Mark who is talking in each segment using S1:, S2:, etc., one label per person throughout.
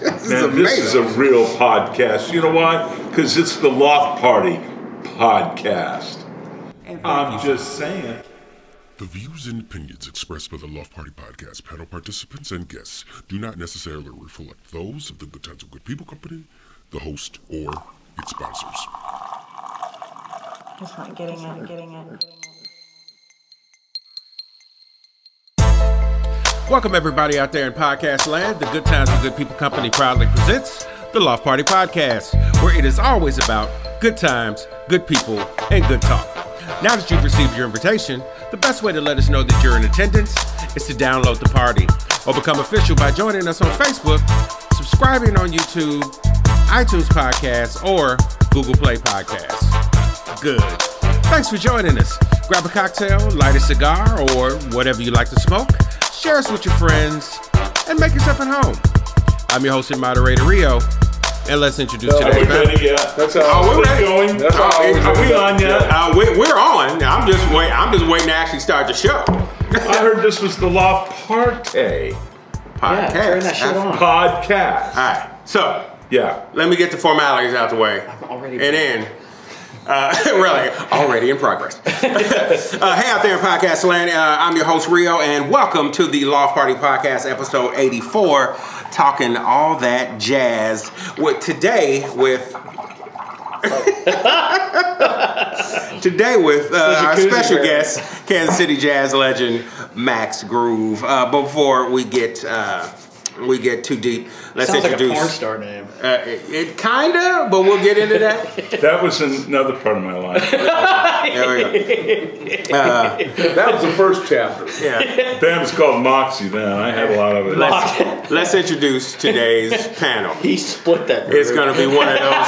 S1: Man, this is a real podcast. You know why? Because it's the Loft Party podcast.
S2: And thank you.
S1: I'm just saying.
S3: The views and opinions expressed by the Love Party Podcast panel participants and guests do not necessarily reflect those of the Good Times of Good People Company, the host, or its sponsors.
S4: Just not getting it, getting it.
S5: Welcome, everybody out there in podcast land. The Good Times with Good People Company proudly presents the Loft Party Podcast, where it is always about good times, good people, and good talk. Now that you've received your invitation, the best way to let us know that you're in attendance is to download the party or become official by joining us on Facebook, subscribing on YouTube, iTunes Podcasts, or Google Play Podcasts good. Thanks for joining us. Grab a cocktail, light a cigar, or whatever you like to smoke. Share us with your friends and make yourself at home. I'm your host and moderator, Rio. And let's introduce
S1: Are we
S5: today's
S1: ready
S5: panel.
S1: yet?
S6: That's how
S5: Oh,
S1: We're
S5: we're ready.
S1: going.
S6: That's
S1: Are
S6: how I
S1: we-
S6: was
S1: are we
S6: doing.
S1: on yet?
S5: Uh, we, we're on. Now, I'm just wait. I'm just waiting to actually start the show.
S1: I heard this was the Loft Party
S5: Podcast.
S2: Yeah, turn that shit
S5: All
S2: on.
S1: podcast.
S5: right. So
S1: Yeah.
S5: let me get the formalities out the way.
S2: already-
S5: and then uh, really already in progress. uh, hey out there in podcast land, uh, I'm your host Rio, and welcome to the Law Party Podcast, episode 84, talking all that jazz. With today with today with uh, our
S2: koozie
S5: special
S2: bird.
S5: guest, Kansas City jazz legend Max Groove. Uh, before we get uh, we get too deep, let's
S2: Sounds like a
S5: introduce.
S2: porn star name.
S5: Uh, it, it kinda, but we'll get into that.
S1: That was another part of my life.
S5: There we go. Uh,
S6: That was the first chapter.
S5: Yeah.
S1: That was called Moxie then. I had a lot of it.
S5: Let's, let's introduce today's panel.
S2: He split that. Bird.
S5: It's gonna be one of those.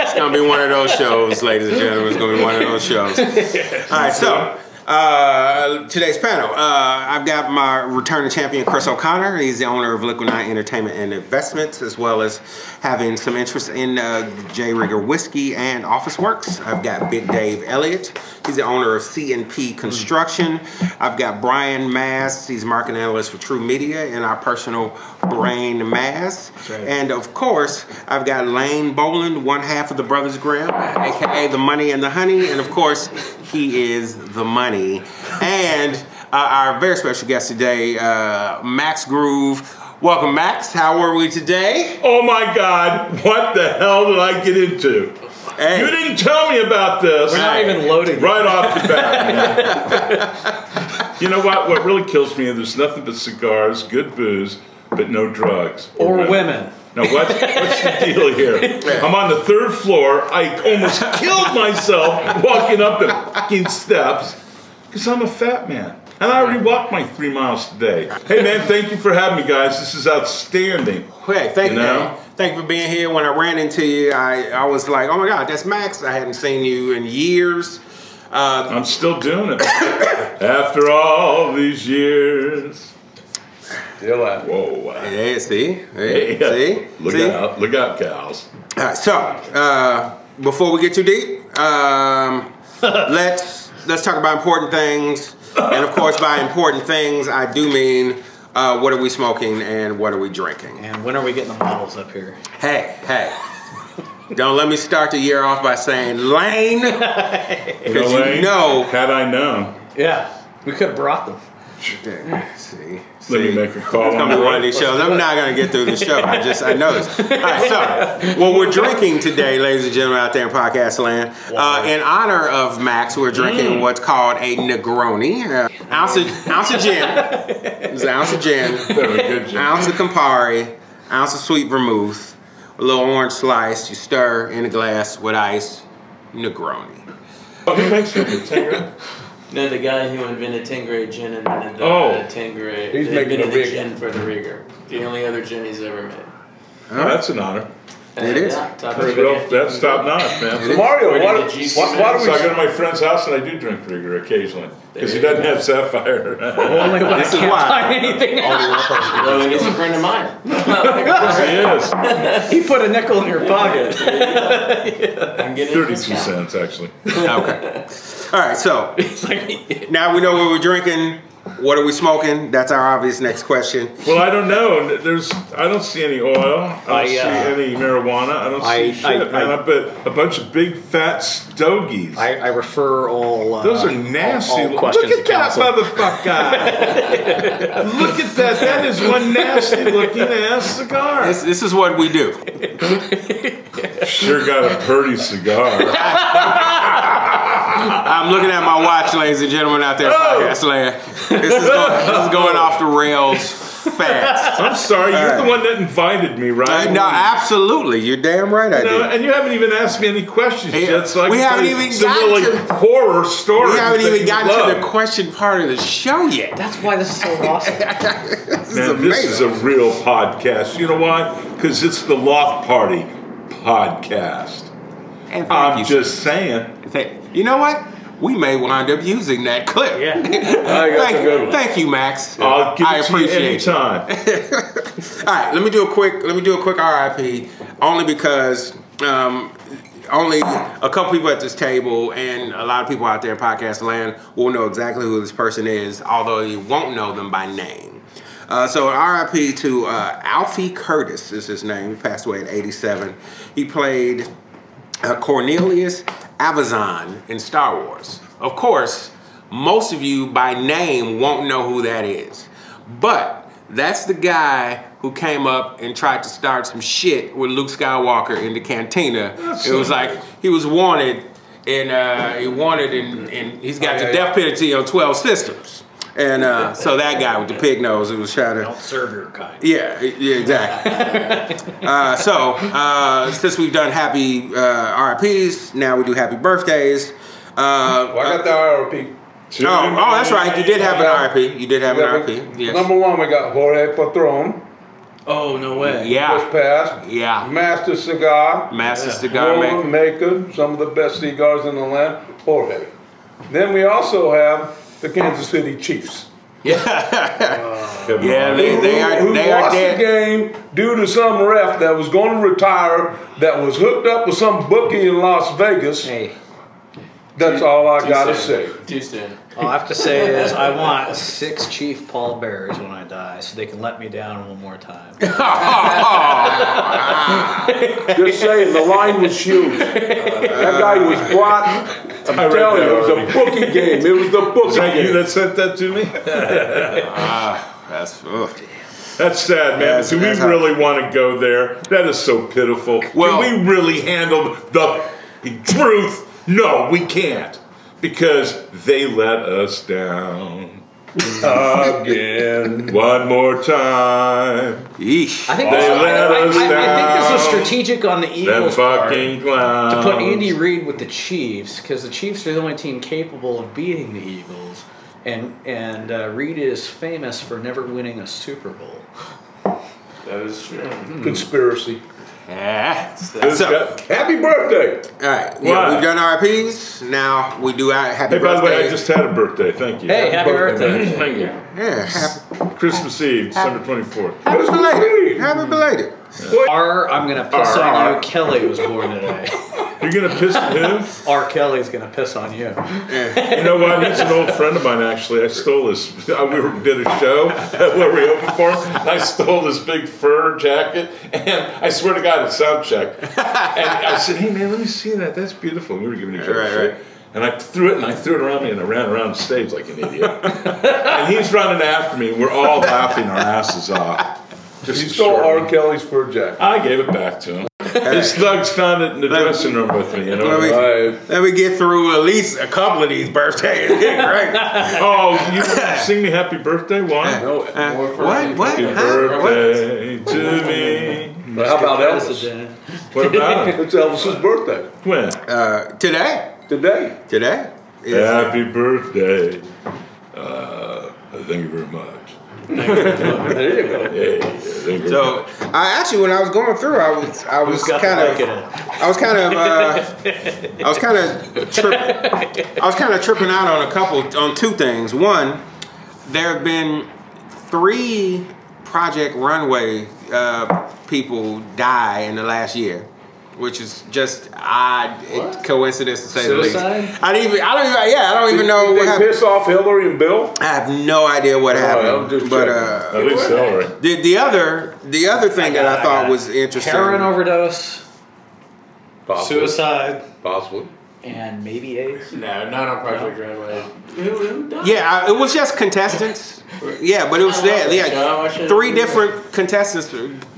S5: It's gonna be one of those shows, ladies and gentlemen. It's gonna be one of those shows. All right, so. Uh, today's panel. Uh, I've got my returning champion Chris O'Connor. He's the owner of Liquid Nine Entertainment and Investments, as well as having some interest in uh, J Rigger Whiskey and Office Works. I've got Big Dave Elliott. He's the owner of CNP Construction. I've got Brian Mass. He's marketing analyst for True Media and our personal brain Mass. And of course, I've got Lane Boland, one half of the Brothers Graham, aka the Money and the Honey, and of course, he is the money. And uh, our very special guest today, uh, Max Groove. Welcome, Max. How are we today?
S1: Oh my God, what the hell did I get into?
S5: Hey.
S1: You didn't tell me about this.
S2: We're not even loading.
S1: Right off the bat. you know what? What really kills me is there's nothing but cigars, good booze, but no drugs.
S2: Or women.
S1: Now, what, what's the deal here? I'm on the third floor. I almost killed myself walking up the fucking steps because I'm a fat man. And I already walked my three miles today. Hey, man, thank you for having me, guys. This is outstanding.
S5: Hey, thank you.
S1: You know?
S5: man. Thank you for being here. When I ran into you, I, I was like, oh my God, that's Max. I hadn't seen you in years. Uh,
S1: I'm still doing it. After all these years.
S6: Still out.
S1: Whoa, wow.
S5: yeah, see? Hey,
S1: Hey,
S5: see?
S1: Look
S5: see?
S1: out. Look out, cows.
S5: All right, so uh, before we get too deep, um, let's let's talk about important things. And of course, by important things, I do mean uh, what are we smoking and what are we drinking.
S2: And when are we getting the models up here?
S5: Hey, hey. Don't let me start the year off by saying Lane, because you
S1: Elaine,
S5: know.
S1: Had I known.
S2: Yeah, we could have brought them.
S5: See,
S1: Let me
S5: see.
S1: make a call
S5: It's
S1: on
S5: gonna
S1: the
S5: be one of these shows. I'm not gonna get through the show. I just I know this. All right, so what we're drinking today, ladies and gentlemen out there in podcast land, uh, in honor of Max, we're drinking what's called a Negroni, uh, ounce of ounce of gin, it's an ounce of gin,
S1: Very good, Jim.
S5: ounce of Campari, ounce of sweet vermouth, a little orange slice. You stir in a glass with ice. Negroni.
S1: Who makes it? Integra?
S7: No, the guy who invented Tingray gin and invented the
S1: Oh.
S7: uh, Tingray.
S6: He's
S7: they
S6: making
S7: invented
S6: a
S7: the
S6: Rigger.
S7: gin for the Rigger. The only other gin he's ever made.
S1: Oh, that's an honor.
S7: And, uh,
S5: is.
S7: yeah, top
S1: That's
S7: of the
S1: real.
S7: game.
S1: That's top notch, man.
S6: Mario,
S7: We're
S6: why,
S7: gonna
S6: why,
S7: get GC
S6: why do
S1: So I
S6: we?
S1: go to my friend's house and I do drink Rigger occasionally because he
S7: There you
S1: doesn't have Sapphire.
S2: Only when
S5: This
S2: I
S5: is
S2: can't
S5: why.
S2: find anything.
S7: Well, and he's a friend of mine.
S1: yes,
S2: He put a nickel in your pocket.
S7: I'm getting a
S1: thirty-two
S7: discount.
S1: cents actually.
S5: Okay. All right. So
S2: It's like,
S5: now we know what we're drinking. What are we smoking? That's our obvious next question.
S1: Well, I don't know. There's, I don't see any oil. I don't
S2: I,
S1: see
S2: uh,
S1: any marijuana. I don't
S2: I-
S1: see shit,
S2: I-
S1: man.
S2: I-
S1: I, bet a bunch of big fat stogies.
S2: I, I refer all. Uh,
S1: Those are nasty.
S2: All, all questions
S1: Look at that
S2: to counsel.
S1: motherfucker. Look at that. That is one nasty looking ass cigar.
S5: This, this is what we do.
S1: Sure got a pretty cigar.
S5: I'm looking at my watch, ladies and gentlemen, out
S1: Oh!
S5: there, podcast land. This is, going, this is going off the rails fast. Uh,
S1: I'm sorry. You're the one that invited me, right?
S5: No, absolutely. You're damn right I
S1: No,
S5: did.
S1: and you haven't even asked me any questions
S5: Hey,
S1: yet. So I
S5: we
S1: can tell
S5: haven't
S1: you
S5: even
S1: some
S5: gotten
S1: really
S5: to-
S1: horror stories.
S5: We haven't
S1: that
S5: even
S1: you
S5: gotten to the
S1: love.
S5: question part of the show yet.
S2: That's why this is so awesome.
S5: This is
S1: Man,
S5: amazing.
S1: this is a real podcast. You know why? Because it's the Loft Party podcast.
S5: and thank
S1: I'm
S5: you.
S1: just saying.
S5: Thank- you know what? We may wind up using that clip.
S2: Yeah.
S6: I got
S5: Thank,
S6: the good one.
S5: thank you, Max.
S1: I'll give it
S5: I
S1: to
S5: appreciate
S1: you
S5: it.
S1: anytime.
S5: All right, let me do a quick let me do a quick RIP only because um, only a couple people at this table and a lot of people out there in podcast land will know exactly who this person is, although you won't know them by name. Uh, so an RIP to uh, Alfie Curtis is his name. He passed away at 87. He played uh, Cornelius Avazan in Star Wars. Of course, most of you by name won't know who that is, but that's the guy who came up and tried to start some shit with Luke Skywalker in the cantina. it was like he was wanted, and uh, he wanted, and, and he's got the death penalty on Twelve Systems. And uh, so that guy with the pig nose who was trying to
S2: Serve your kind.
S5: yeah, e, yeah, exactly. uh, so uh, since we've done happy uh, RIPS, now we do happy birthdays. Uh,
S6: Well, I got the RRP.
S5: oh, oh, that's right. You did have an RIP. You did have an RIP. Yes.
S6: Number one, we got Jorge Patron.
S2: Oh no way.
S6: Just
S5: Yeah.
S6: passed.
S5: Yeah.
S6: Master Cigar.
S5: Master Cigar
S6: Cigar
S5: Maker.
S6: maker, some of the best cigars in the land, Jorge. Then we also have the Kansas City Chiefs.
S5: Yeah, they, they
S6: who,
S5: are
S6: who
S5: they are
S6: lost the
S5: dead.
S6: game due to some ref that was going to retire, that was hooked up with some bookie in Las Vegas.
S2: Hey,
S6: That's all I
S7: Too
S6: gotta
S7: soon.
S6: say.
S7: Too soon.
S2: all I have to say is I want six Chief Paul Bears when I die, so they can let me down one more time.
S6: Just saying, the line was huge. That guy was brought. I'm
S1: read
S6: telling
S1: that
S6: you, it was
S1: already.
S6: a bookie game. It was the
S1: Is
S6: bookie
S1: that you
S6: game.
S1: that sent that to me?
S5: That's oh, ugh.
S1: That's sad, man.
S5: That's-
S1: Do we
S5: that's how-
S1: really want to go there? That is so pitiful.
S5: Well-
S1: Can we really handle the f***ing truth? No, we can't. Because they let us down. Again. One more time.
S5: Yeesh.
S2: I think
S1: They
S2: this, I,
S1: let
S2: I- I-
S1: us
S2: I think this is
S1: down.
S2: strategic on the
S1: That
S2: Eagles' part.
S1: fucking clown.
S2: Put Andy Reid with the Chiefs because the Chiefs are the only team capable of beating the Eagles, and and uh, Reid is famous for never winning a Super Bowl.
S7: That is true.
S6: Conspiracy.
S5: Yeah.
S1: This
S5: So,
S1: guy-
S6: Happy birthday.
S5: all right.
S1: Why?
S5: Yeah, we've done RIPs. Now we do our happy
S1: Hey, by the way, I
S5: birthdays.
S1: just had a birthday. Thank you.
S2: Hey, happy
S6: birthday,
S2: birthday!
S7: Thank you.
S5: Yeah. Happy,
S1: Christmas Eve, December 24th.
S5: happy belated. Happy belated.
S2: R, I'm gonna piss on you. Kelly was born today.
S1: You're going to piss him?
S2: R. Kelly's gonna piss on you.
S1: You know what? He's an old friend of mine, actually. I stole his. uh, We were- did a show where we opened for him. and I stole his big fur jacket, and I swear to God, it's sound check. And I said, hey, man, let me see that. That's beautiful. And we were giving each other
S5: Right,
S1: shit.
S5: right.
S1: And I threw it, and I threw it around me, and I ran around the stage like an idiot. and he's running after me, and we're all laughing our asses off. Just
S6: You
S1: to
S6: stole
S1: shorten
S6: R. Kelly's fur jacket.
S1: I gave it back to him. His thugs found it in the dressing room with me. You
S5: Let me,
S1: know?
S6: Right.
S5: let me get through at least a couple of these birthdays. right.
S1: Oh, you wanna sing me happy birthday? Why?
S6: No, more fur.
S5: Uh, What? What?
S1: Happy
S5: Huh? What?
S1: birthday to me.
S6: But how about Elvis?
S1: What about him?
S6: It's Elvis's birthday
S1: When?
S5: Uh, today.
S6: today.
S5: Today. is-
S1: Happy birthday. Uh, thank you very much.
S6: There you go.
S1: Hey, thank you very
S5: So I actually, when I was going through, I was I was
S2: got
S5: kind
S2: the
S5: of
S2: mic in it?
S5: I was kind of uh, I was kind of tri- I was kind of tripping out on a couple on two things. One, there have been three Project Runway uh, people die in the last year. which is just odd it- coincidence to say the
S2: Suicide?
S5: least. I don't even. I don't even. Yeah, I don't even know
S6: Did
S5: what
S6: they
S5: happened.
S6: piss off Hillary and Bill?
S5: I have no idea what
S6: I'm just
S5: happened. But
S6: checking.
S5: uh,
S1: At least all right.
S5: the the other the other thing that I thought was interesting.
S2: Heroin overdose,
S6: Possibly.
S2: suicide,
S6: Possibly.
S2: and maybe AIDS.
S7: No, not on Project Runway.
S5: Yeah, I, it was just contestants. Yeah, but it was that. Yeah, three different contestants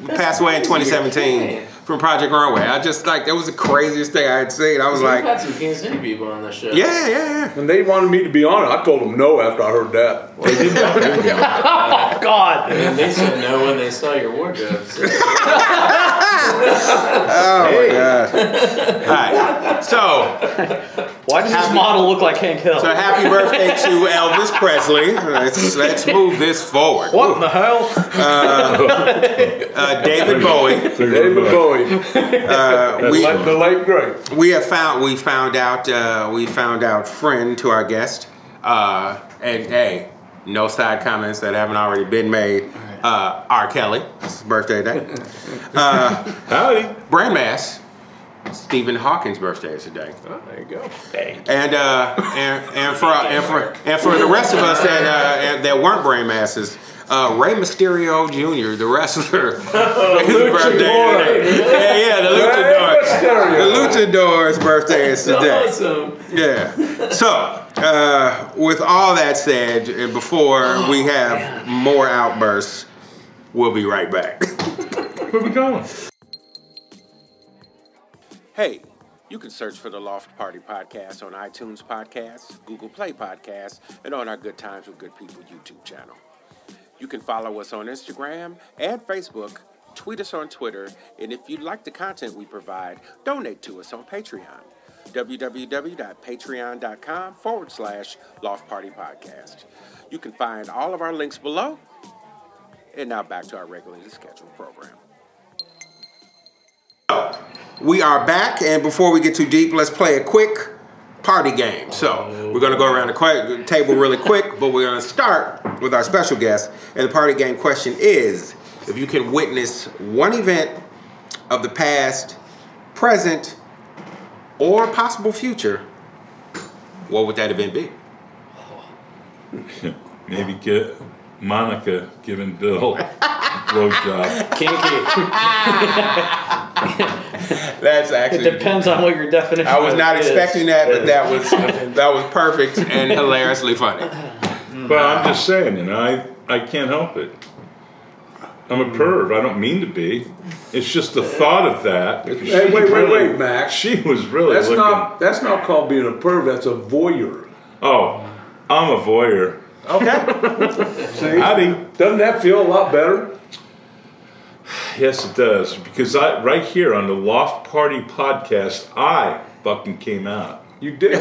S5: passed away in 2017 from Project Runway. I just like that was the craziest thing I had seen. I was
S7: We've
S5: like,
S7: had some Kansas City people on this show.
S5: yeah, yeah,
S6: And they wanted me to be on it. I told them no after I heard that.
S2: Oh God!
S7: And they said no when they saw your wardrobe. So
S5: yeah. All right. So,
S2: Why does this model look like Hank Hill?
S5: so happy birthday to Elvis Presley. Let's let's move this forward.
S2: what in the hell?
S5: Uh, David Bowie.
S6: David Bowie,
S5: Uh, we,
S6: like the late great.
S5: We have found we found out uh, we found out friend to our guest. Uh, and hey, no side comments that haven't already been made. Uh, R. Kelly, it's his birthday day.
S1: Howdy.
S5: Brandmass, Stephen Hawking's birthday is today.
S6: Oh, There you go.
S5: And uh, and and for and for and for the rest of us that uh, and- that weren't Brandmasses, uh, Ray Mysterio Jr., the wrestler, his
S6: Oh,
S5: birthday
S6: Luchador.
S5: today. Yeah, yeah, the
S6: Ray
S5: luchador.
S6: Mysterio.
S5: The luchador's birthday is today.
S7: awesome.
S5: Yeah. So, uh, with all that said, and before we have more outbursts, we'll be right back.
S1: Where we going?
S5: Hey, you can search for the Loft Party Podcast on iTunes Podcasts, Google Play Podcasts, and on our Good Times with Good People YouTube channel. You can follow us on Instagram and Facebook, tweet us on Twitter, and if you like the content we provide, donate to us on Patreon. www.patreon.com forward slash Loft Party Podcast. You can find all of our links below. And now back to our regularly scheduled program. We are back, and before we get too deep, let's play a quick party game. So we're going to go around the qu- table really quick, but we're going to start with our special guest. And the party game question is: If you can witness one event of the past, present, or possible future, what would that event be?
S1: Maybe get Monica giving Bill a blowjob.
S2: Kinky.
S5: That's
S2: It
S5: actually.
S2: depends on what your definition.
S5: I was
S2: of
S5: not
S2: it is.
S5: expecting that, but that was that was perfect and hilariously funny.
S1: But I'm just saying, you know, I, I can't help it. I'm
S6: Hmm.
S1: a perv. I don't mean to be. It's just the thought of that.
S6: Hey, wait, wait, wait, Max.
S1: She was really
S6: That's
S1: looking.
S6: not that's not called being a perv. That's a voyeur.
S1: Oh, I'm a voyeur.
S5: Okay.
S6: See?
S1: Howdy.
S6: Doesn't that feel a lot better?
S1: Yes, it does. Because I right here on the Loft Party podcast, I fucking came out.
S6: You did.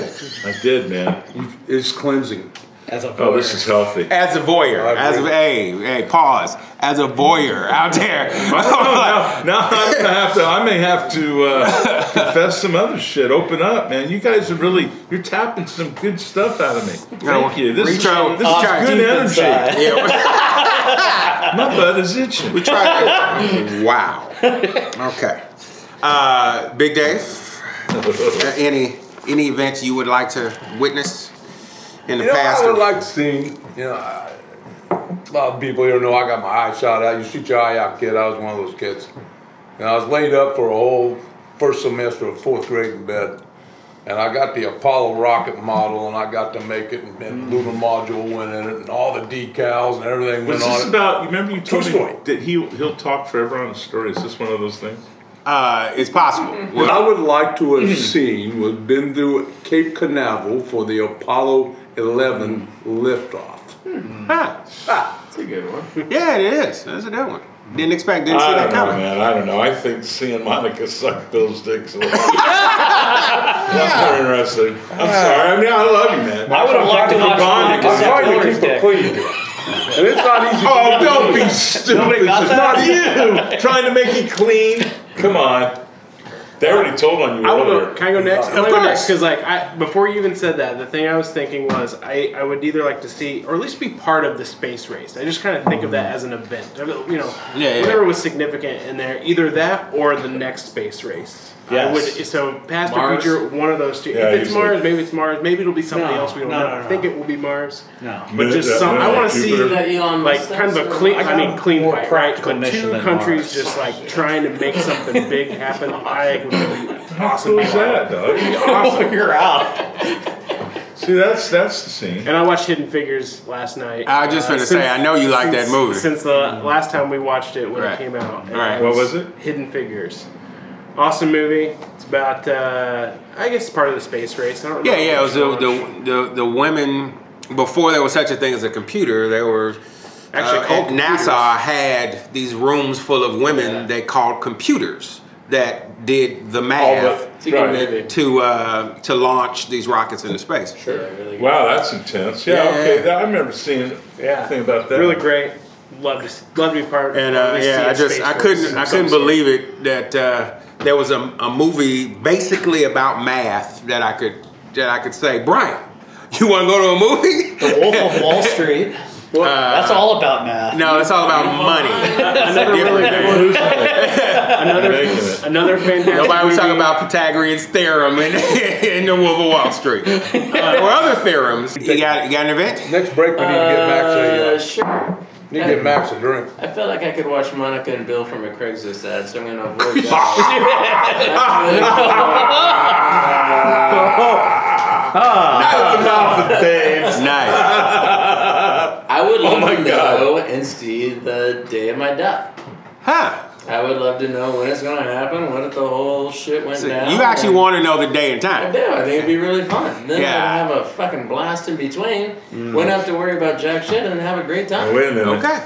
S1: I did, man.
S6: it's cleansing.
S2: As a
S1: Oh, this is healthy.
S5: As a voyeur,
S6: I
S5: as a, hey, hey, pause. As a voyeur out there,
S1: Now, now I'm gonna have to. I may have to uh, confess some other shit. Open up, man. You guys are really. You're tapping some good stuff out of me. Thank you. This is,
S5: reach out-
S1: this is
S5: reach out
S1: good
S5: deep
S1: energy.
S2: inside.
S5: yeah,
S1: My butt is itching.
S5: we tried. it. Wow. Okay. Uh, Big Dave, uh, any any events you would like to witness in the
S6: You know,
S5: past?
S6: I would
S5: or-
S6: like to see. You know, I, a lot of people here know I got my eye shot out. You shoot your eye out, kid. I was one of those kids. And I was laid up for a whole first semester of fourth grade in bed. And I got the Apollo rocket model, and I got to make it, and, and lunar module went in it, and all the decals and everything went
S1: Was
S6: on
S1: this
S6: it.
S1: about? You remember you told
S6: True story.
S1: me that he he'll talk forever on a story. Is this one of those things?
S5: uh, it's possible.
S6: What I
S5: Well,
S6: would like to have seen was been through Cape Canaveral for the Apollo 11 liftoff.
S5: huh.
S7: That's a good one.
S5: yeah, it is. That's a good one. Didn't expect. Didn't see
S1: I
S5: that
S1: don't know,
S5: coming.
S1: man. I don't know. I think seeing Monica suck Bill's dicks a lot. That's more interesting. I'm sorry. I mean, I love you, man.
S2: I would have liked to
S1: We're
S2: watch
S1: bonding.
S2: Monica
S6: I'm
S2: suck
S6: trying to
S2: Hillary's
S6: keep it
S2: dick.
S6: clean here. And it's not easy.
S1: Oh, don't be stupid.
S2: got
S1: It's not you trying to make it clean. Come on. They already told on you
S4: I want
S1: earlier.
S4: to. Can I go next?
S5: Of
S4: I
S5: course.
S4: Because like I, before you even said that, the thing I was thinking was I, I would either like to see or at least be part of the space race. I just kind of think of that as an event. I mean, You know,
S5: Yeah, yeah.
S4: whatever was significant in there, either that or the next space race. I
S1: Yes.
S4: would, so past or
S7: Mars?
S4: future, one of those two.
S1: Yeah,
S4: if it's
S1: usually.
S4: Mars, maybe it's Mars. Maybe it'll be something
S2: No,
S4: else we don't
S2: no,
S4: know.
S2: no,
S4: I
S2: no.
S4: think it will be Mars.
S2: No.
S4: But just some.
S1: uh,
S4: I want to see
S7: That Elon
S4: like
S7: Musk
S4: kind of a
S7: stuff?
S4: clean. I
S2: got
S4: mean,
S2: a
S4: clean
S2: more
S4: fight, right?
S2: practical
S4: But
S2: mission
S4: two
S2: than Mars.
S4: countries just like trying to make something big happen. I would be awesome.
S1: Who's that, Doug?
S4: Awesome.
S2: You're out.
S1: See, that's that's the scene.
S4: And I watched Hidden Figures last night.
S5: I was just gonna say, I know you like that
S4: since-
S5: movie.
S4: Since the last time we watched it when
S5: Right.
S4: it came out. And
S5: Right.
S4: I
S1: What was it?
S4: Hidden Figures. Awesome movie. It's about, uh, I guess, part of the space race. I don't
S5: Yeah,
S4: know.
S5: yeah. It was the, the the the women before there was such a thing as a computer. They were
S4: Actually
S5: uh,
S4: called
S5: at NASA had these rooms full of women they called computers that did the math
S7: It's a good
S1: Right.
S7: movie.
S5: to uh, to launch these rockets into space.
S7: Yeah, really good.
S1: Wow, that's intense. Yeah,
S5: Yeah.
S1: okay. That, I remember seeing
S4: Yeah.
S1: thing about that.
S4: Really great. Love to, love to be part
S5: And
S4: of
S5: uh,
S4: at least
S5: yeah,
S4: see
S5: I
S4: a
S5: just
S4: space
S5: I
S4: race
S5: couldn't
S4: of
S5: I
S4: some
S5: couldn't
S4: sort.
S5: believe it that uh, there was a, a movie basically about math that I could that I could say, Brian, you want to go to a movie?
S2: The Wolf of Wall Street. That's all about math.
S5: No, it's all about money.
S4: Another really good one.
S1: Making
S4: Another,
S1: it.
S4: another fantastic
S5: Nobody was
S4: movie.
S5: talking about Pythagorean's theorem in, in the Wolf of Wall Street Uh, or other theorems. You got you got an event?
S6: Next break, we need to get Max a,
S7: Uh,
S6: uh,
S7: sure.
S6: need to get Max a drink.
S7: I felt like I could watch Monica and Bill from a Craigslist ad, so I'm gonna avoid that.
S1: off
S5: Oh,
S1: the babes.
S5: Nice.
S7: I
S5: Oh
S7: would love
S1: my
S7: to
S1: God.
S7: know and see the day of my death.
S5: Huh.
S7: I would love to know when it's gonna happen, what if the whole shit went
S5: So
S7: down.
S5: you actually
S7: and-
S5: want to know the day and
S7: I
S5: time.
S7: do. I think it'd be really fun. And then
S5: Yeah. Mm.
S7: I'd have a fucking blast in between. Wouldn't have to worry about jack shit and have a great time.
S1: Wait a minute.
S5: Okay.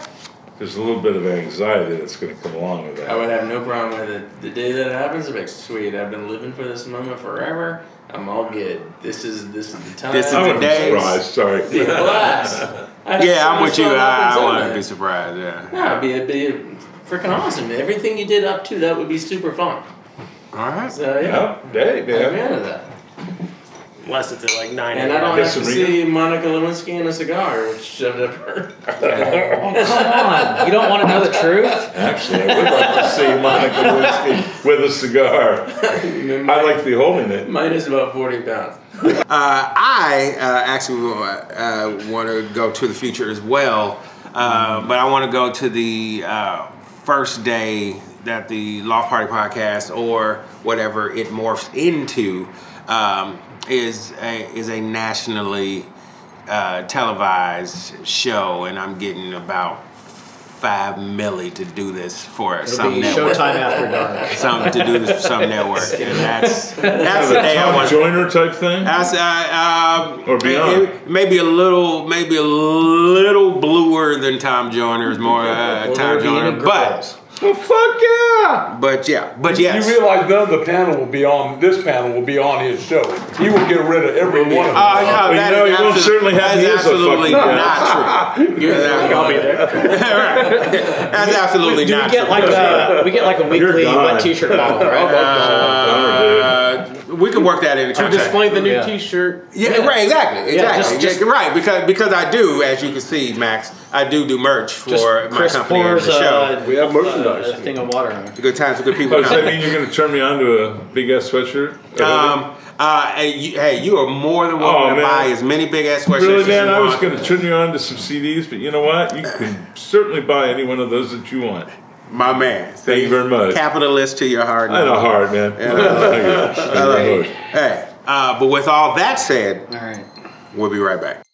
S1: There's a little bit of anxiety that's going to come along with
S7: I
S1: that.
S7: would have no problem with it. The day that it happens, I'm like, sweet. I've been living for this moment forever. I'm all good. This is this is the time.
S5: This is
S1: I
S5: the
S1: wouldn't
S5: days.
S1: be surprised. Sorry.
S7: Be a blast. I'd have
S5: Yeah,
S7: so
S5: I'm
S7: much
S5: with you.
S7: fun up
S5: I, I
S7: until
S5: want to
S7: then.
S5: be surprised. Yeah.
S7: No, it'd be it'd be freaking awesome. Everything you did up to that would be super fun.
S5: All right.
S7: So yeah,
S1: Yeah, day,
S7: I'm
S1: man.
S7: into that.
S4: Unless it's at like 9
S7: And I don't
S1: Yes,
S7: have to
S1: Serena.
S7: see Monica Lewinsky in a cigar, which I've never.
S2: Oh, come on. You don't want to know the truth?
S1: Actually, I would like to see Monica Lewinsky with a cigar. I like to be holding it.
S7: Mine is about 40 pounds.
S5: Uh, I uh, actually uh, want to go to the future as well, uh, but I want to go to the uh, first day that the Law Party podcast or whatever it morphs into um, is a, is a nationally uh, televised show, and I'm getting about five milli to do this for some
S2: It'll be
S5: network.
S2: showtime after dark.
S5: Some to do this for some network, and that's that's the day I
S1: Tom
S5: want.
S1: Joyner type thing?
S5: That's uh, uh,
S1: Or beyond.
S5: may- Maybe a little, maybe a little bluer than Tom Joyner's more uh, Tom Joyner, but
S1: Well, fuck yeah!
S5: but yeah, but yes.
S6: You realize none of the panel will be on, this panel will be on his show. He will get rid of every one of them.
S5: Oh, no,
S1: Well,
S5: that
S1: you know,
S5: is
S1: you won't
S5: absolute-
S1: certainly have
S5: that is
S1: me as a
S5: absolutely
S1: fucking
S5: not true.
S4: I'll be there.
S5: Right. That's absolutely
S2: Do
S5: not
S2: we get
S5: true.
S2: like a we get like a weekly
S1: gone.
S2: wet t-shirt bottle, right?
S5: Uh, we can work that in the
S4: To
S5: contract.
S4: display the new
S2: Yeah.
S4: T-shirt.
S5: Yeah, right, exactly, exactly,
S2: Yeah, just- just-
S5: Yeah, right. Because because I do, as you can see, Max, I do do merch
S2: Just
S5: for my
S2: Chris uh,
S5: company and
S2: pours
S5: the show.
S2: a,
S6: We have merchandise.
S2: a thing of water on it.
S5: good times with good people.
S1: Does Oh, that mean you're going to turn me on to a big ass sweatshirt?
S5: Um, uh, hey, you, hey, you are more than welcome
S1: Oh,
S5: to
S1: man.
S5: buy as many big ass sweatshirts
S1: really,
S5: as you
S1: man, I was
S5: want.
S1: going to turn you on to some CDs, but you know what? You can certainly buy any one of those that you want.
S5: My man.
S1: Thank you very much.
S5: Capitalist to your heart. and
S1: I know
S5: all.
S1: hard, man. I love it.
S5: Hey, uh, but with all that said,
S2: All right.
S5: We'll be right back.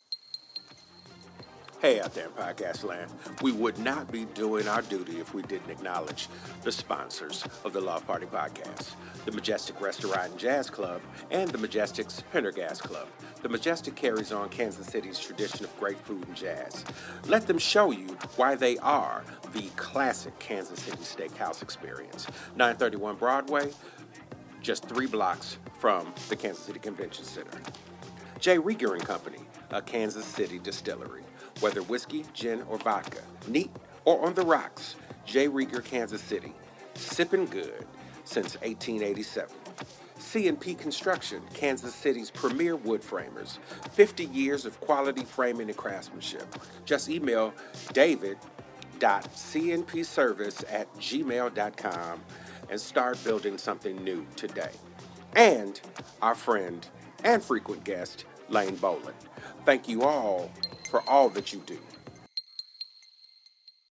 S5: Hey, out there in podcast land. We would not be doing our duty if we didn't acknowledge the sponsors of the Love Party podcast the Majestic Restaurant and Jazz Club and the Majestic's Pendergast Club. The Majestic carries on Kansas City's tradition of great food and jazz. Let them show you why they are the classic Kansas City steakhouse experience. 931 Broadway, just three blocks from the Kansas City Convention Center. J. Rieger and Company, a Kansas City distillery. Whether whiskey, gin, or vodka, neat or on the rocks, J. Rieger, Kansas City. Sipping good, since 1887. C&P Construction, Kansas City's premier wood framers. 50 years of quality framing and craftsmanship. Just email david.cnpservice at gmail.com and start building something new today. And our friend and frequent guest, Lane Boland. Thank you all for all that you do.